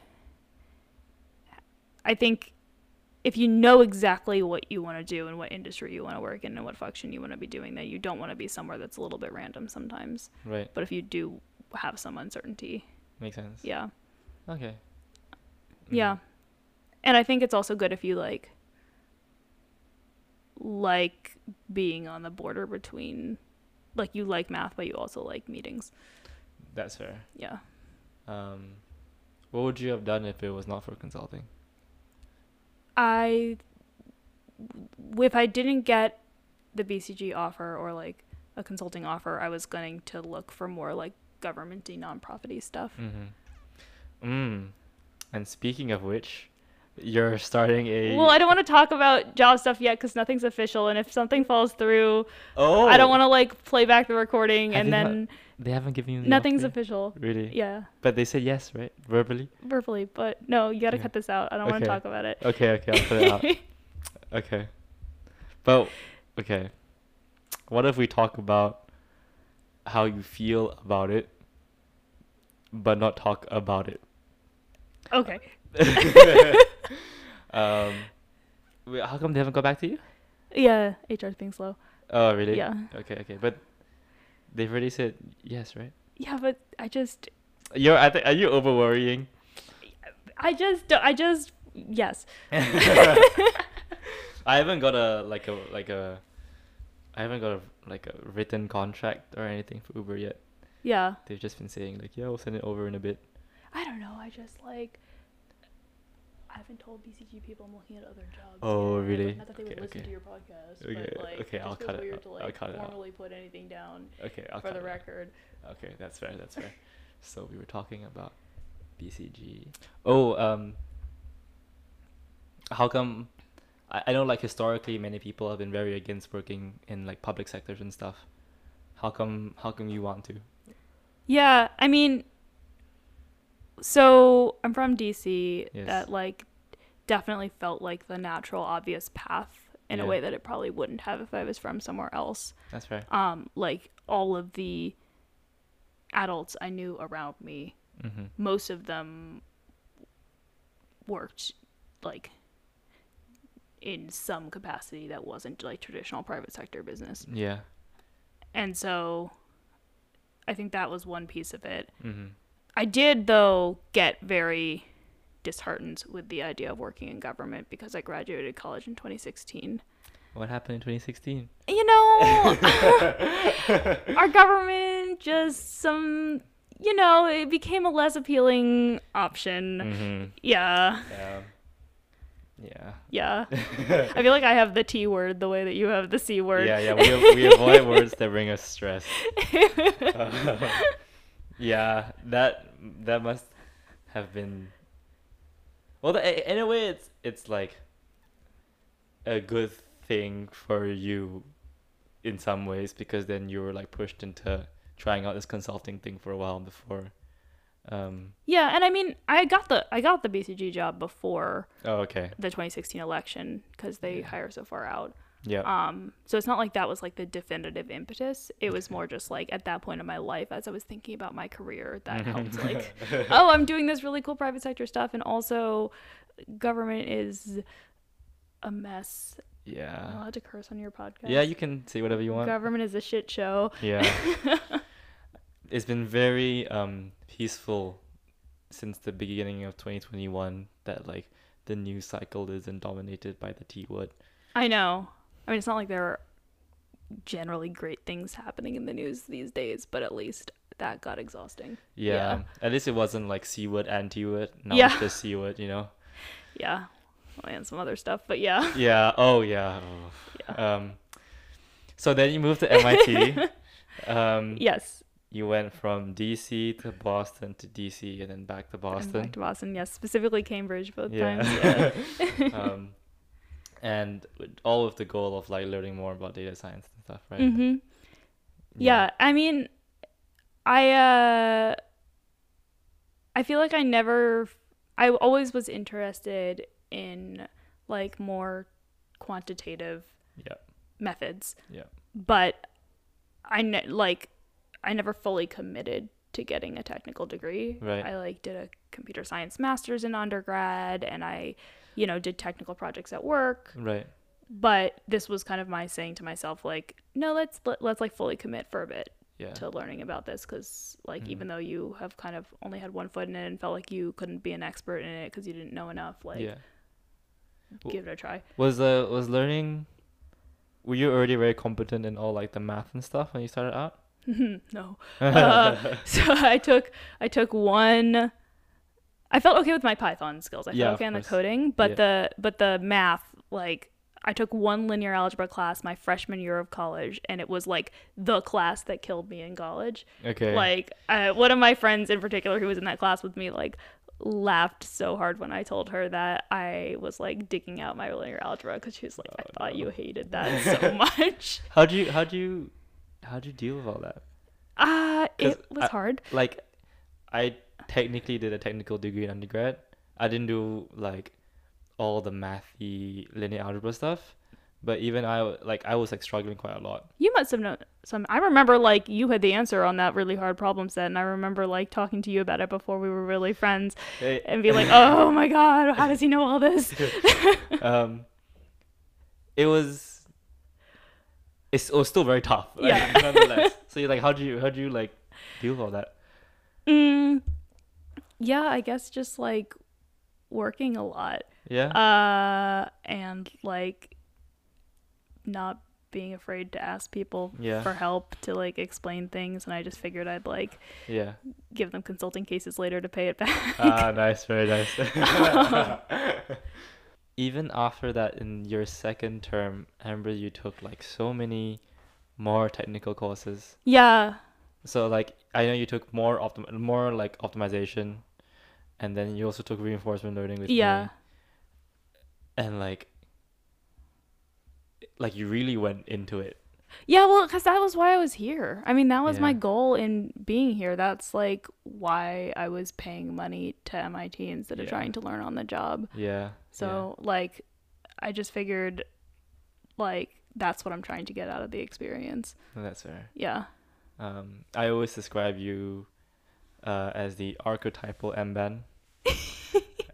i think if you know exactly what you want to do and what industry you want to work in and what function you want to be doing then you don't want to be somewhere that's a little bit random sometimes Right. but if you do have some uncertainty Makes sense. yeah Uh, Okay. Hmm. yeah and i think it's also good if you like like being on the border between like you like math but you also like meetings Mm-hmm. That's fair. yeah Um, what would you have done if it was not for consulting? I if I didn't get the BCG offer or like a consulting offer, I was going to look for more like governmenty nonprofity stuff. Mm-hmm. Mm. And speaking of which, you're starting a. Well, I don't want to talk about job stuff yet because nothing's official, and if something falls through, oh, I don't want to like play back the recording Have and they not- then They haven't given you. The nothing's offer official. yet? Really. Yeah, But they said yes, right? Verbally. verbally, but no, you got to Yeah. cut this out. I don't want Okay. to talk about it. Okay. Okay. I'll put it *laughs* out. Okay. But okay. What if we talk about how you feel about it, but not talk about *laughs* it? okay. Um, wait, how come they haven't got back to you? Yeah, HR's being slow. Oh, really? Yeah. Okay. Okay. But they've already said yes, right? Yeah, but I just, You're. I think. Are you over worrying? I just, don't- I just, *laughs* yes. I haven't got a like a like a. I haven't got a like a written contract or anything for Uber yet. Yeah. They've just been saying like, yeah, we'll send it over in a bit. I don't know. I just like. I haven't told BCG people I'm looking at other jobs. Oh, yet, but really? Not that they Okay, would listen okay. to your podcast, Okay, but like, okay, it I'll just feels cut it weird out. to like I'll cut it out. formally put anything down Okay, I'll for cut the it. record. Okay, that's fair. That's *laughs* fair. so we were talking about BCG. Oh, um. How come? I, I know like historically many people have been very against working in like public sectors and stuff. How come? How come you want to? Yeah, I mean, so I'm from DC. Yes. That like definitely felt like the natural, obvious path in a Yeah. way that it probably wouldn't have if I was from somewhere else. That's fair. Um, like all of the adults I knew around me Mm-hmm. most of them worked like in some capacity that wasn't like traditional private sector business. Yeah. And so I think that was one piece of it. Mm-hmm. I did though get very disheartened with the idea of working in government because I graduated college in 2016. What happened in 2016? You *laughs* know, our government just some you know, it became a less appealing option. Mm-hmm. Yeah. Yeah. Yeah. *laughs* Yeah. I feel like I have the T word the way that you have the C word. Yeah, yeah. We, av- we avoid words that bring us stress. yeah, that that must have been. Well, the, in a way, it's it's like a good thing for you, in some ways, because then you were like pushed into trying out this consulting thing for a while before. Um. Yeah, and I mean, I got the I got the BCG job before Oh, okay. the 2016 election cuz they Yeah. hire so far out. Yeah. Um so it's not like that was like the definitive impetus. It was more just like at that point in my life as I was thinking about my career that Mm-hmm. helped like *laughs* oh, I'm doing this really cool private sector stuff and also government is a mess. I'm yeah. allowed to curse on your podcast. Uh, Yeah, you can say whatever you want. government is a shit show. Yeah. *laughs* it's been very um peaceful since the beginning of 2021 that like the news cycle isn't dominated by the T word. I know. I mean, it's not like there are generally great things happening in the news these days, but at least that got exhausting. Yeah. Yeah. At least it wasn't like C word and T word. Now it's Yeah. just C word, you know? Yeah. Oh, and some other stuff, but yeah. Yeah. Oh *laughs* yeah. Oh. Um so then you moved to MIT. *laughs* um Yes. you went from DC to Boston to DC and then back to I'm Boston. Back to Boston. Yes. Specifically Cambridge both times. Yeah. *laughs* *laughs* yeah. um, and with- all with the goal of like learning more about data science and stuff, right? hmm Yeah. I mean, I, uh, I feel like I never, I always was interested in like more quantitative Yeah. methods. Yeah. But I ne- like I never fully committed to getting a technical degree. Right. I like did a computer science masters in undergrad and I you know did technical projects at work, Right. but this was kind of my saying to myself like no, let's let, let's like fully commit for a bit Yeah. to learning about this cuz like Mhm. even though you have kind of only had one foot in it and felt like you couldn't be an expert in it cuz you didn't know enough, like yeah. give it a try. *laughs* Was uh was learning? Were you already very competent in all like the math and stuff when you started out? *laughs* no. Uh, so I took I took one. I felt okay with my Python skills. I felt Yeah, of okay on the course. coding, but Yeah. the but the math like I took one linear algebra class my freshman year of college, and it was like the class that killed me in college. Okay. Like uh, one of my friends in particular who was in that class with me, like laughed so hard when I told her that I was like digging out my linear algebra because she was like, Oh, I thought you hated *laughs* that so much. how'd you how'd you how'd you deal with all that? Ah, 'Cause it was I- hard. Like, I technically did a technical degree in undergrad. I didn't do like all the mathy linear algebra stuff, but even I w- like I was like struggling quite a lot. You must have known some. I remember like you had the answer on that really hard problem set, and I remember like talking to you about it before we were really friends, Eh, and be like, "Oh my god, how does he know all *laughs* this?" *laughs* um, it was. It's, it was still very tough. like, Yeah. *laughs* nonetheless. So you're like, how do you how do you like deal with all that? mm, yeah, I guess just like working a lot, Yeah. uh, and like not being afraid to ask people Yeah. for help to like explain things, and I just figured I'd like yeah. *laughs* give them consulting cases later to pay it back. *laughs* Ah, nice, very nice. Even after that, in your second term, I remember you took like so many more technical courses. yeah, So like, I know you took more optim- more like optimization, and then you also took reinforcement learning with Yeah. me. And like, like you really went into it. Yeah, well, because that was why I was here. I mean, that was my Yeah. goal in being here. That's like why I was paying money to MIT instead of Yeah. trying to learn on the job. Yeah. yeah. So, like, I just figured, like, that's what I'm trying to get out of the experience. No, that's fair. Yeah. Um, I always describe you uh, as the archetypal *laughs* Mban,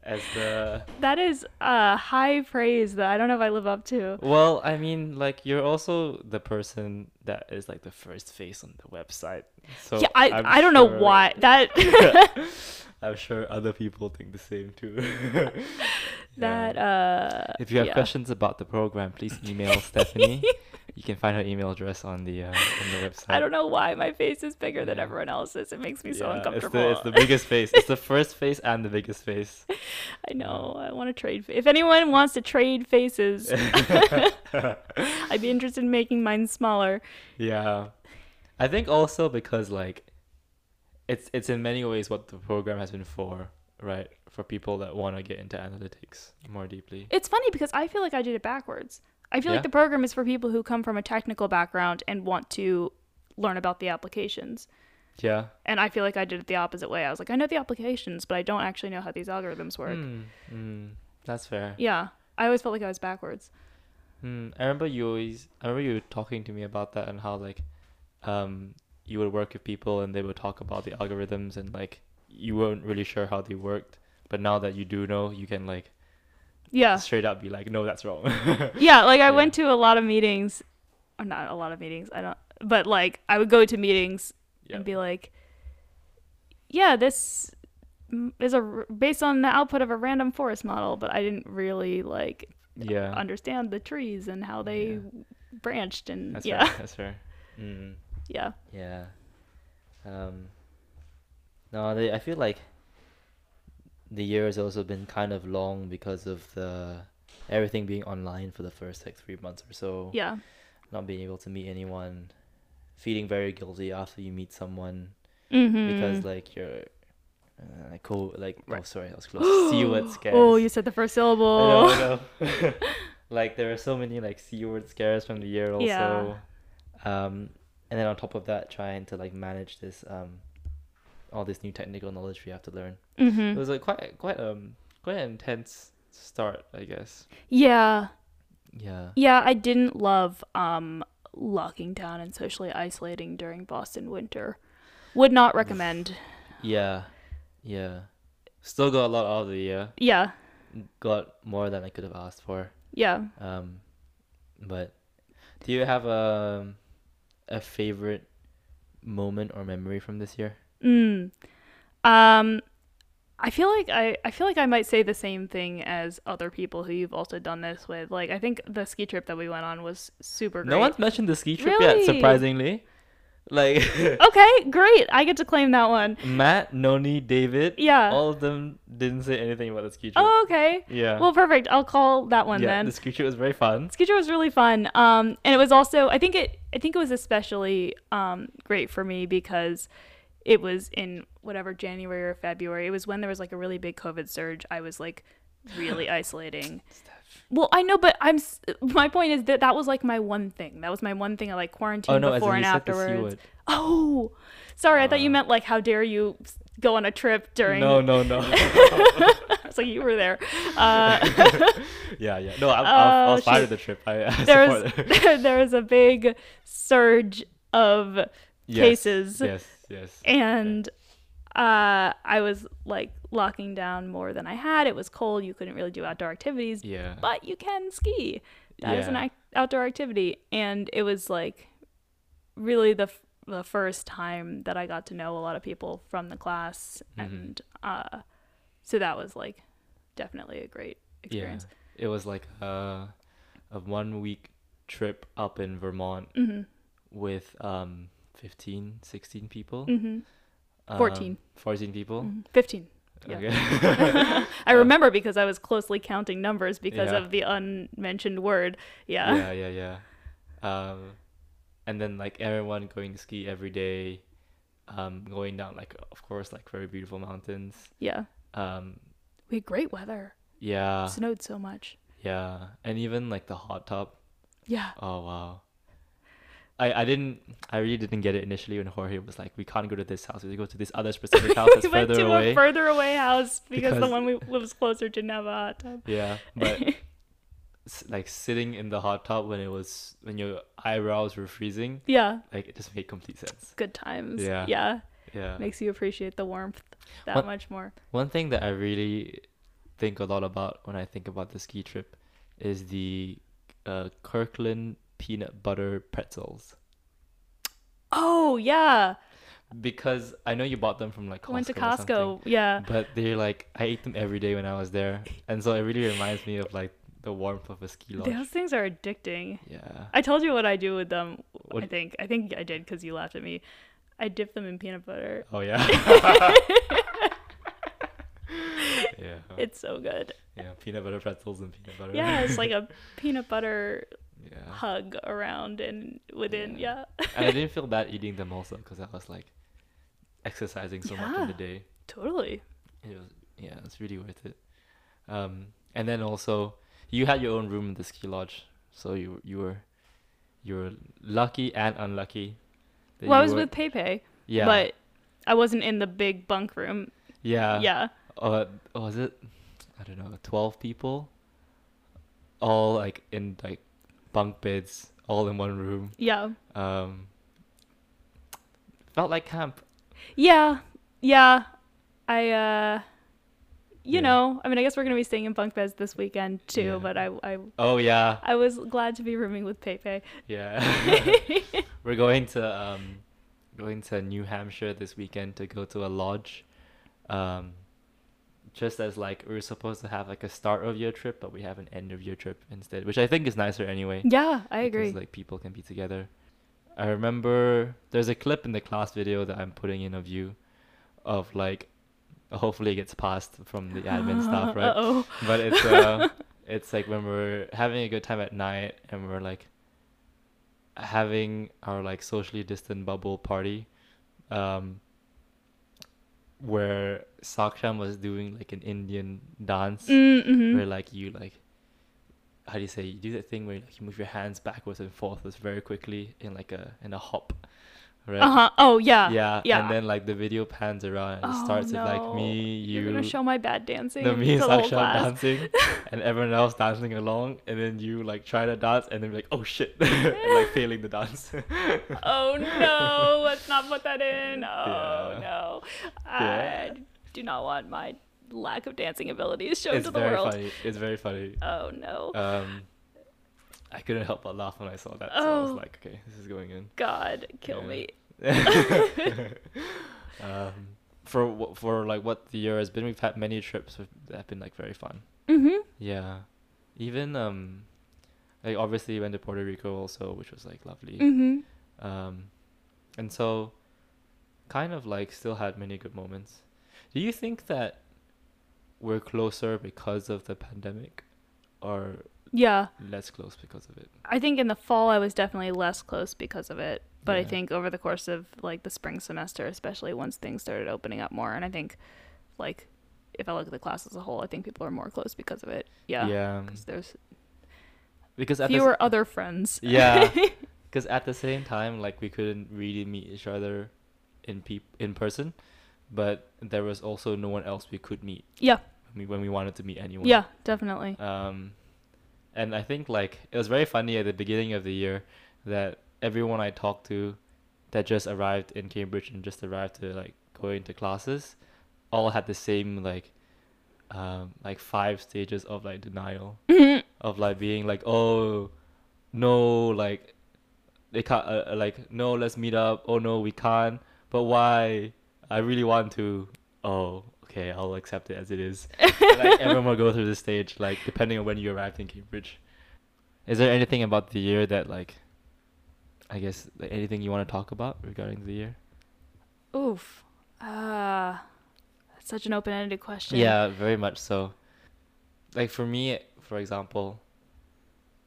as the That is uh, high praise that I don't know if I live up to. Well, I mean, like you're also the person that is like the first face on the website. So yeah, I, I'm I don't know sure- why. That, *laughs* I'm sure other people think the same too. *laughs* *laughs* that, Yeah. uh, if you have yeah. questions about the program, please email *laughs* Stephanie. You can find her email address on the uh, on the website. I don't know why my face is bigger than Yeah. everyone else's. It makes me Yeah, so it's uncomfortable. the it's the biggest face. It's the first face and the biggest face. *laughs* I know. I want to trade. If anyone wants to *laughs* trade faces, *laughs* I'd be interested in making mine smaller. Yeah. I think also because like it's it's in many ways what the program has been for, right? For people that want to get into analytics more deeply. It's funny because I feel like I did it backwards. I feel Yeah. like the program is for people who come from a technical background and want to learn about the applications. Yeah. And I feel like I did it the opposite way. I was like, I know the applications, but I don't actually know how these algorithms work. Mm, mm, that's fair. Yeah. I always felt like I was backwards. Mm, I remember you always I remember you talking to me about that and how like um you would work with people and they would talk about the algorithms and like you weren't really sure how they worked, but now that you do know, you can like Yeah. straight up be like, no, that's wrong. *laughs* yeah like i Yeah. went to a lot of meetings or not a lot of meetings i don't but like i would go to meetings Yeah. and be like yeah this m- is a r- based on the output of a random forest model but i didn't really like yeah. understand the trees and how they branched and That's yeah fair. That's fair. Mm. *laughs* yeah Yeah. Um, no, they, I feel like the year has also been kind of long because of the everything being online for the first like three months or so. yeah Not being able to meet anyone, feeling very guilty after you meet someone mm-hmm. because *gasps* like you're. Uh, like, co like oh sorry that was close c word scares oh you said the first I know, syllable I know. *laughs* like there are so many like C word scares from the year also. Yeah. Um and then on top of that trying to like manage this um all this new technical knowledge we have to learn. It *laughs* mm-hmm. was like quite quite um quite an intense start, I guess. yeah Yeah. Yeah, I didn't love um locking down and socially isolating during Boston winter. Would not recommend. Yeah. Yeah. Still got a lot out of the year. Yeah. Got more than I could have asked for. Yeah. Um but do you have a a favorite moment or memory from this year? Mm. Um I feel like I, I feel like I might say the same thing as other people who you've also done this with. Like I think the ski trip that we went on was super great. No one's mentioned the ski trip yet, Really? surprisingly. *laughs* Like Okay, great. I get to claim that one. Matt, Noni, David. Yeah. All of them didn't say anything about the ski trip. Oh, okay. yeah. Well, perfect. I'll call that one yeah, then. the ski trip was very fun. Ski trip was really fun. Um, and it was also I think it I think it was especially um, great for me because it was in whatever January or February. It was when there was like a really big COVID surge. I was like *sighs* really isolating. Well, I know, but I'm. s- My point is that that was like my one thing. That was my one thing. I like quarantined Oh no, as in before you and said the C afterwards. word. Uh. Oh, sorry. I thought you meant like how dare you s- go on a trip during. No, no, no. *laughs* *laughs* I was like you were there. Uh, yeah, yeah. No, I, I, I was Oh, fine shoot. with the trip. I, *laughs* I there support it. *laughs* was *laughs* there was a big surge of Yes, cases Yes, yes. and uh, I was like locking down more than I had. It was cold. You couldn't really do outdoor activities, yeah. but you can ski. That is an Yeah. ac- outdoor activity, and it was like really the f- the first time that I got to know a lot of people from the class, Mm-hmm. and uh, so that was like definitely a great yeah. experience. It was like uh, a one week trip up in Vermont Mm-hmm. with um 15, 16 people. hmm Um, 14. 14 people. Mm-hmm. Fifteen. Mm, Yeah. Okay. *laughs* I remember because I was closely counting numbers because Yeah. of the unmentioned word. Yeah. yeah, yeah, yeah. Um, and then like everyone going to ski every day, um, going down like of course like very beautiful mountains. yeah. Um, We had great weather. yeah, Snowed so much. yeah, and even like the hot tub. Yeah. Oh wow. I, I didn't I really didn't get it initially when Jorge was like we can't go to this house we have to go to this other *laughs* specific house that's we went further to away a further away house because, the Because- one we was closer to never hot tub. yeah but *laughs* s- like sitting in the hot tub when it was when your eyebrows were freezing Yeah. like it just made complete sense Good times. Yeah. Yeah. yeah Makes you appreciate the warmth that What- much more. One thing that I really think a lot about when I think about the ski trip is the uh, Kirkland peanut butter pretzels Oh yeah. because I know you bought them from like Costco. I went to or something, Costco. Yeah. but they're like I ate them every day when I was there, and so it really reminds me of like the warmth of a ski lodge. Those things are addicting. *laughs* Yeah. I told you what I do with them. I What- think. I think I did because you laughed at me. I dip them in peanut butter. Oh *laughs* yeah. yeah. It's so good. Yeah. Peanut butter pretzels and peanut butter. Yeah, it's like a peanut butter *laughs* yeah. hug around and within. Yeah. Yeah. and I didn't feel bad eating them also because I was like exercising so much in the Yeah. day. totally. It was yeah, it's really worth it. Um, and then also you had your own room in the ski lodge, so you you were you were lucky and unlucky. that Well, you I was were- with Pepe, yeah but I wasn't in the big bunk room. yeah yeah. Uh, was it I don't know twelve people, all like in like bunk beds, all in one room. Yeah. Um, felt like camp. Yeah. Yeah. I uh you Yeah. know, I mean I guess we're going to be staying in bunk beds this weekend too, Yeah. but I I Oh yeah, I was glad to be rooming *laughs* with Pepe. *laughs* Yeah. *laughs* We're going to um going to New Hampshire this weekend to go to a lodge. Um just as like we were supposed to have like a start of year trip, but we have an end of year trip instead, which I think is nicer anyway. Yeah, I agree. Because like people can be together. I remember there's a clip in the class video that I'm putting in of you of like hopefully it gets passed from the admin *laughs* staff, right? Uh-oh. but it's uh, *laughs* it's like when we're having a good time at night and we're like having our like socially distant bubble party, um, where Saksham was doing like an Indian dance Mm-hmm. where like you like how do you say you do that thing where like you move your hands backwards and forwards very quickly in like a in a hop, right? Uh-huh. Oh, yeah. Yeah, yeah. and then like the video pans around and it Oh, starts with like me, You're you, going to show my bad dancing the me to and the whole Saksha class. *laughs* dancing and everyone else dancing along and then you like try to dance and then be like oh shit *laughs* and, like failing the *laughs* dance oh *laughs* no, let's not put that in. Oh Yeah. no. Yeah. I do not want my lack of dancing abilities shown it's to the very world. funny it's very funny Oh no. um i couldn't help but laugh when i saw that so i was Oh. like okay this is going in God, kill yeah. me. *laughs* um for wh- for like what the year has been we've had many trips with- that have been like very fun Mm-hmm. yeah even um like obviously went to puerto rico also which was like lovely Mm-hmm. Um, and so kind of like still had many good moments. Do you think that we're closer because of the pandemic or Yeah. less close because of it? I think in the fall I was definitely less close because of it, but I Yeah. think over the course of like the spring semester, especially once things started opening up more, and I think like if I look at the class as a whole, I think people are more close because of it. Yeah. Yeah. 'Cause There's Because at the s- fewer other *laughs* friends. Yeah. Because at the same time, like we couldn't really meet each other in peop in person, but there was also no one else we could meet. Yeah. I mean, when we wanted to meet anyone. Yeah, definitely. Um, and I think like it was very funny at the beginning of the year that everyone I talked to that just arrived in Cambridge and just arrived to like go into classes all had the same like um like five stages of like denial Mm-hmm. of like being like oh no like they can't uh, uh, like no let's meet up oh no we can't but why I really want to oh okay I'll accept it as it is like everyone will go through this stage, like depending on when you arrived in Cambridge. Is there anything about the year that like I guess like, anything you want to talk about regarding the year? Oof. Uh that's such an open-ended question. Yeah, very much so. Like for me, for example,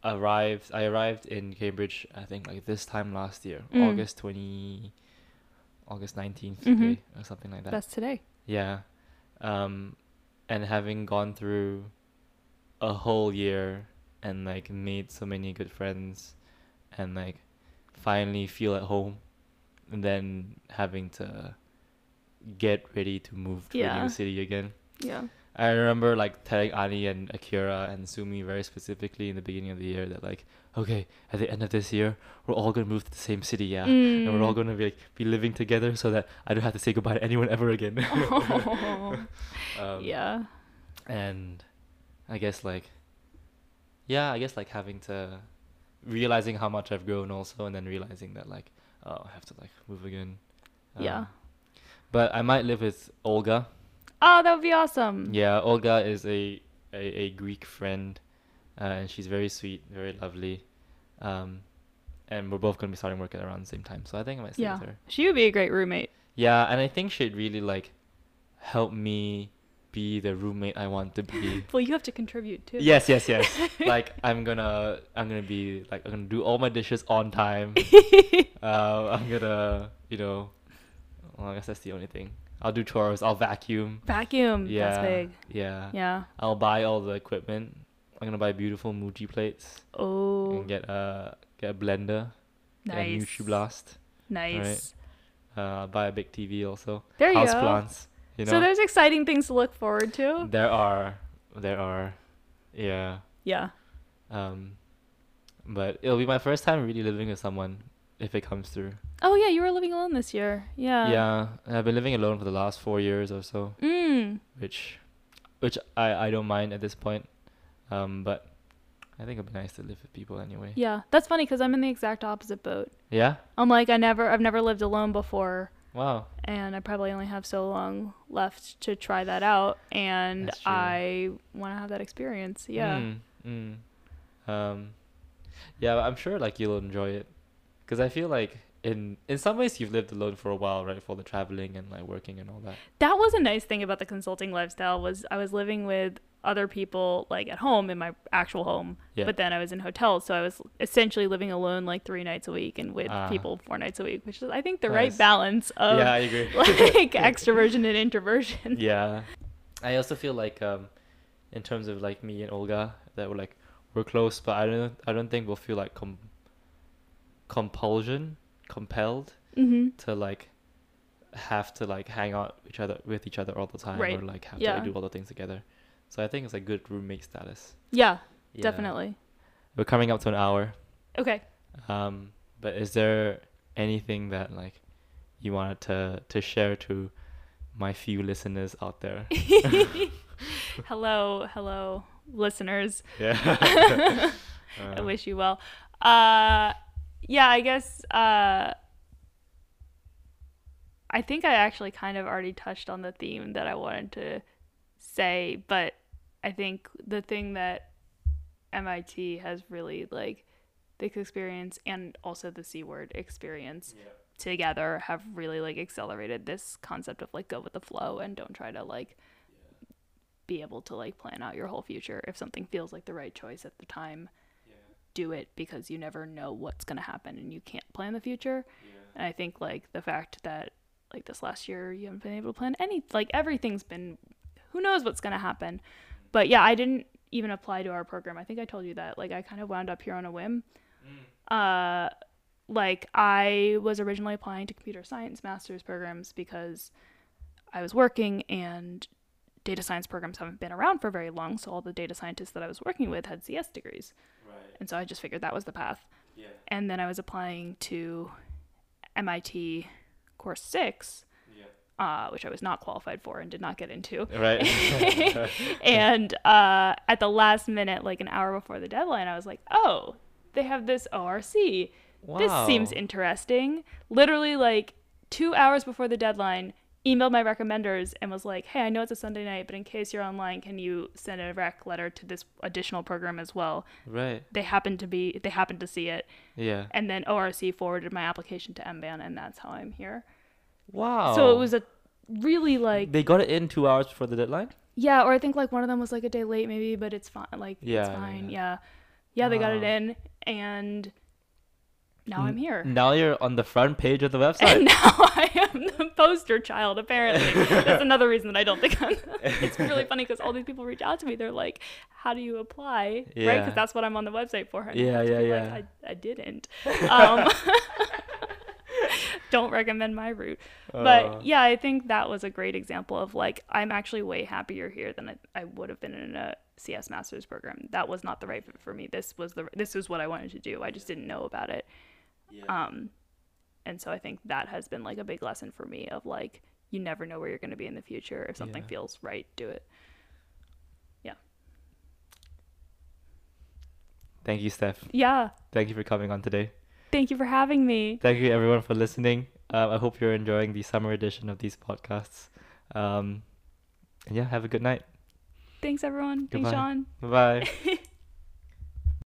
arrived I arrived in Cambridge I think like this time last year, Mm. August twenty August 19th Mhm. day, or something like that. That's today. Yeah. Um and having gone through a whole year and like made so many good friends and like finally feel at home and then having to get ready to move to a Yeah. new city again. Yeah. I remember like telling Ani and Akira and Sumi very specifically in the beginning of the year that like, okay, at the end of this year, we're all gonna move to the same city, yeah. And we're all Mm. gonna be like, be living together so that I don't have to say goodbye to anyone ever again. *laughs* *laughs* Oh, Um, yeah. And I guess like, yeah, I guess like having to realizing how much I've grown also, and then realizing that like, oh, I have to like move again. Um, Yeah. But I might live with Olga. Oh, that would be awesome. Yeah, Olga is a a, a Greek friend, uh, and she's very sweet, very lovely, um, and we're both gonna be starting work at around the same time. So I think I might stay Yeah. with her. She would be a great roommate. Yeah, and I think she'd really like help me be the roommate I want to be. *laughs* Well, you have to contribute too. yes, yes, *laughs* yes. like I'm gonna I'm gonna be like I'm gonna do all my dishes on *laughs* time. uh, I'm gonna you know well, I guess that's the only thing. I'll do chores, I'll vacuum. Vacuum. Yeah. Um, That's big. Yeah. Yeah. I'll buy all the equipment. I'm gonna buy beautiful Muji plates Oh, and get a get a blender get a nice. Muji blast. Nice. Uh, I'll buy a big TV also. There you House go. plants. You know. So there's exciting things to look forward to. There are, there are, yeah. Yeah. Um, but it'll be my first time really living with someone if it comes through. Oh yeah, you were living alone this year. Yeah. yeah, and I've been living alone for the last four years or so, Mm. which, which I I don't mind at this point. Um, but I think it'd be nice to live with people anyway. Yeah. That's funny because I'm in the exact opposite boat. Yeah? I'm like I never I've never lived alone before Wow. and I probably only have so long left to try that out and That's true. I want to have that experience. Yeah. Mm, mm. Um, yeah, but I'm sure like you'll enjoy it, because I feel like in in some ways you've lived alone for a while, right? For the traveling and like working and all that. that was a nice thing about the consulting lifestyle was I was living with other people like at home in my actual home Yeah. but then I was in hotels so I was essentially living alone like 3 nights a week and with Ah. people 4 nights a week which is I think the Nice. right balance of yeah, I agree. *laughs* um, *laughs* like extroversion and introversion. yeah i also feel like um in terms of like me and olga that we're like we're close but i don't i don't think we'll feel like com- compulsion compelled Mhm. to like have to like hang out each other with each other all the time Right. or like have to Yeah. like, do all the things together so i think it's a good roommate status Yeah, Yeah. definitely. we're coming up to an hour Okay. um but is there anything that like you wanted to to share to my few listeners out *laughs* there *laughs* Hello, hello listeners. yeah *laughs* I wish you well. Uh, yeah, I guess. Uh, I think I actually kind of already touched on the theme that I wanted to say, but I think the thing that MIT has really like this experience and also the C word experience together have really like accelerated this concept of like go with the flow and don't try to like be able to like plan out your whole future. If something feels like the right choice at the time, do it because you never know what's going to happen and you can't plan the future. And I think like the fact that like this last year you haven't been able to plan any like everything's been who knows what's going to happen. But yeah, I didn't even apply to our program. I think I told you that. Like I kind of wound up here on a whim. Mm. Uh like I was originally applying to computer science master's programs because I was working and data science programs haven't been around for very long, so all the data scientists that I was working with had CS degrees. Right. And so I just figured that was the path. Yeah. And then I was applying to MIT course 6, Yeah. uh, which I was not qualified for and did not get into. *laughs* Right. and uh, at the last minute, like an hour before the deadline, I was like, oh, they have this ORC. This seems Wow. interesting. Literally, like two hours before the deadline, emailed my recommenders and was like, hey, I know it's a Sunday night, but in case you're online, can you send a rec letter to this additional program as well? right. They happened to be, they happened to see it. Yeah. And then ORC forwarded my application to MBAN, and that's how I'm here. Wow. So it was a really like They got it in two hours before the deadline. Yeah, or I think like one of them was like a day late maybe, but it's fine. Like Yeah, it's yeah, fine. Yeah. yeah. Um, Yeah, they got it Wow. in and now I'm here. Now you're on the front page of the And *laughs* website. now I am the poster child, *laughs* apparently. That's another reason that I don't think I'm. *laughs* it's really funny because all these people reach out to me. They're like, how do you apply? Right? Yeah. Because that's what I'm on the website for. And I Yeah, have to yeah, be yeah. Like, I, *laughs* I didn't. Um, don't recommend my route. Oh. But yeah, I think that was a great example of like, I'm actually way happier here than I, I would have been in a CS master's program. That was not the right fit for me. This was the this was what I wanted to do. I just didn't know about it. Um, and so I think that has been like a big lesson for me of like, you never know where you're going to be in the future. If something Yeah. feels right, do it. Thank you, Steph. Yeah. Thank you for coming on today. Thank you for having me. Thank you, everyone, for listening. Uh, I hope you're enjoying the summer edition of these podcasts. Um, and yeah, have a good night. Thanks, everyone. Thanks, Goodbye. Sean. Bye bye.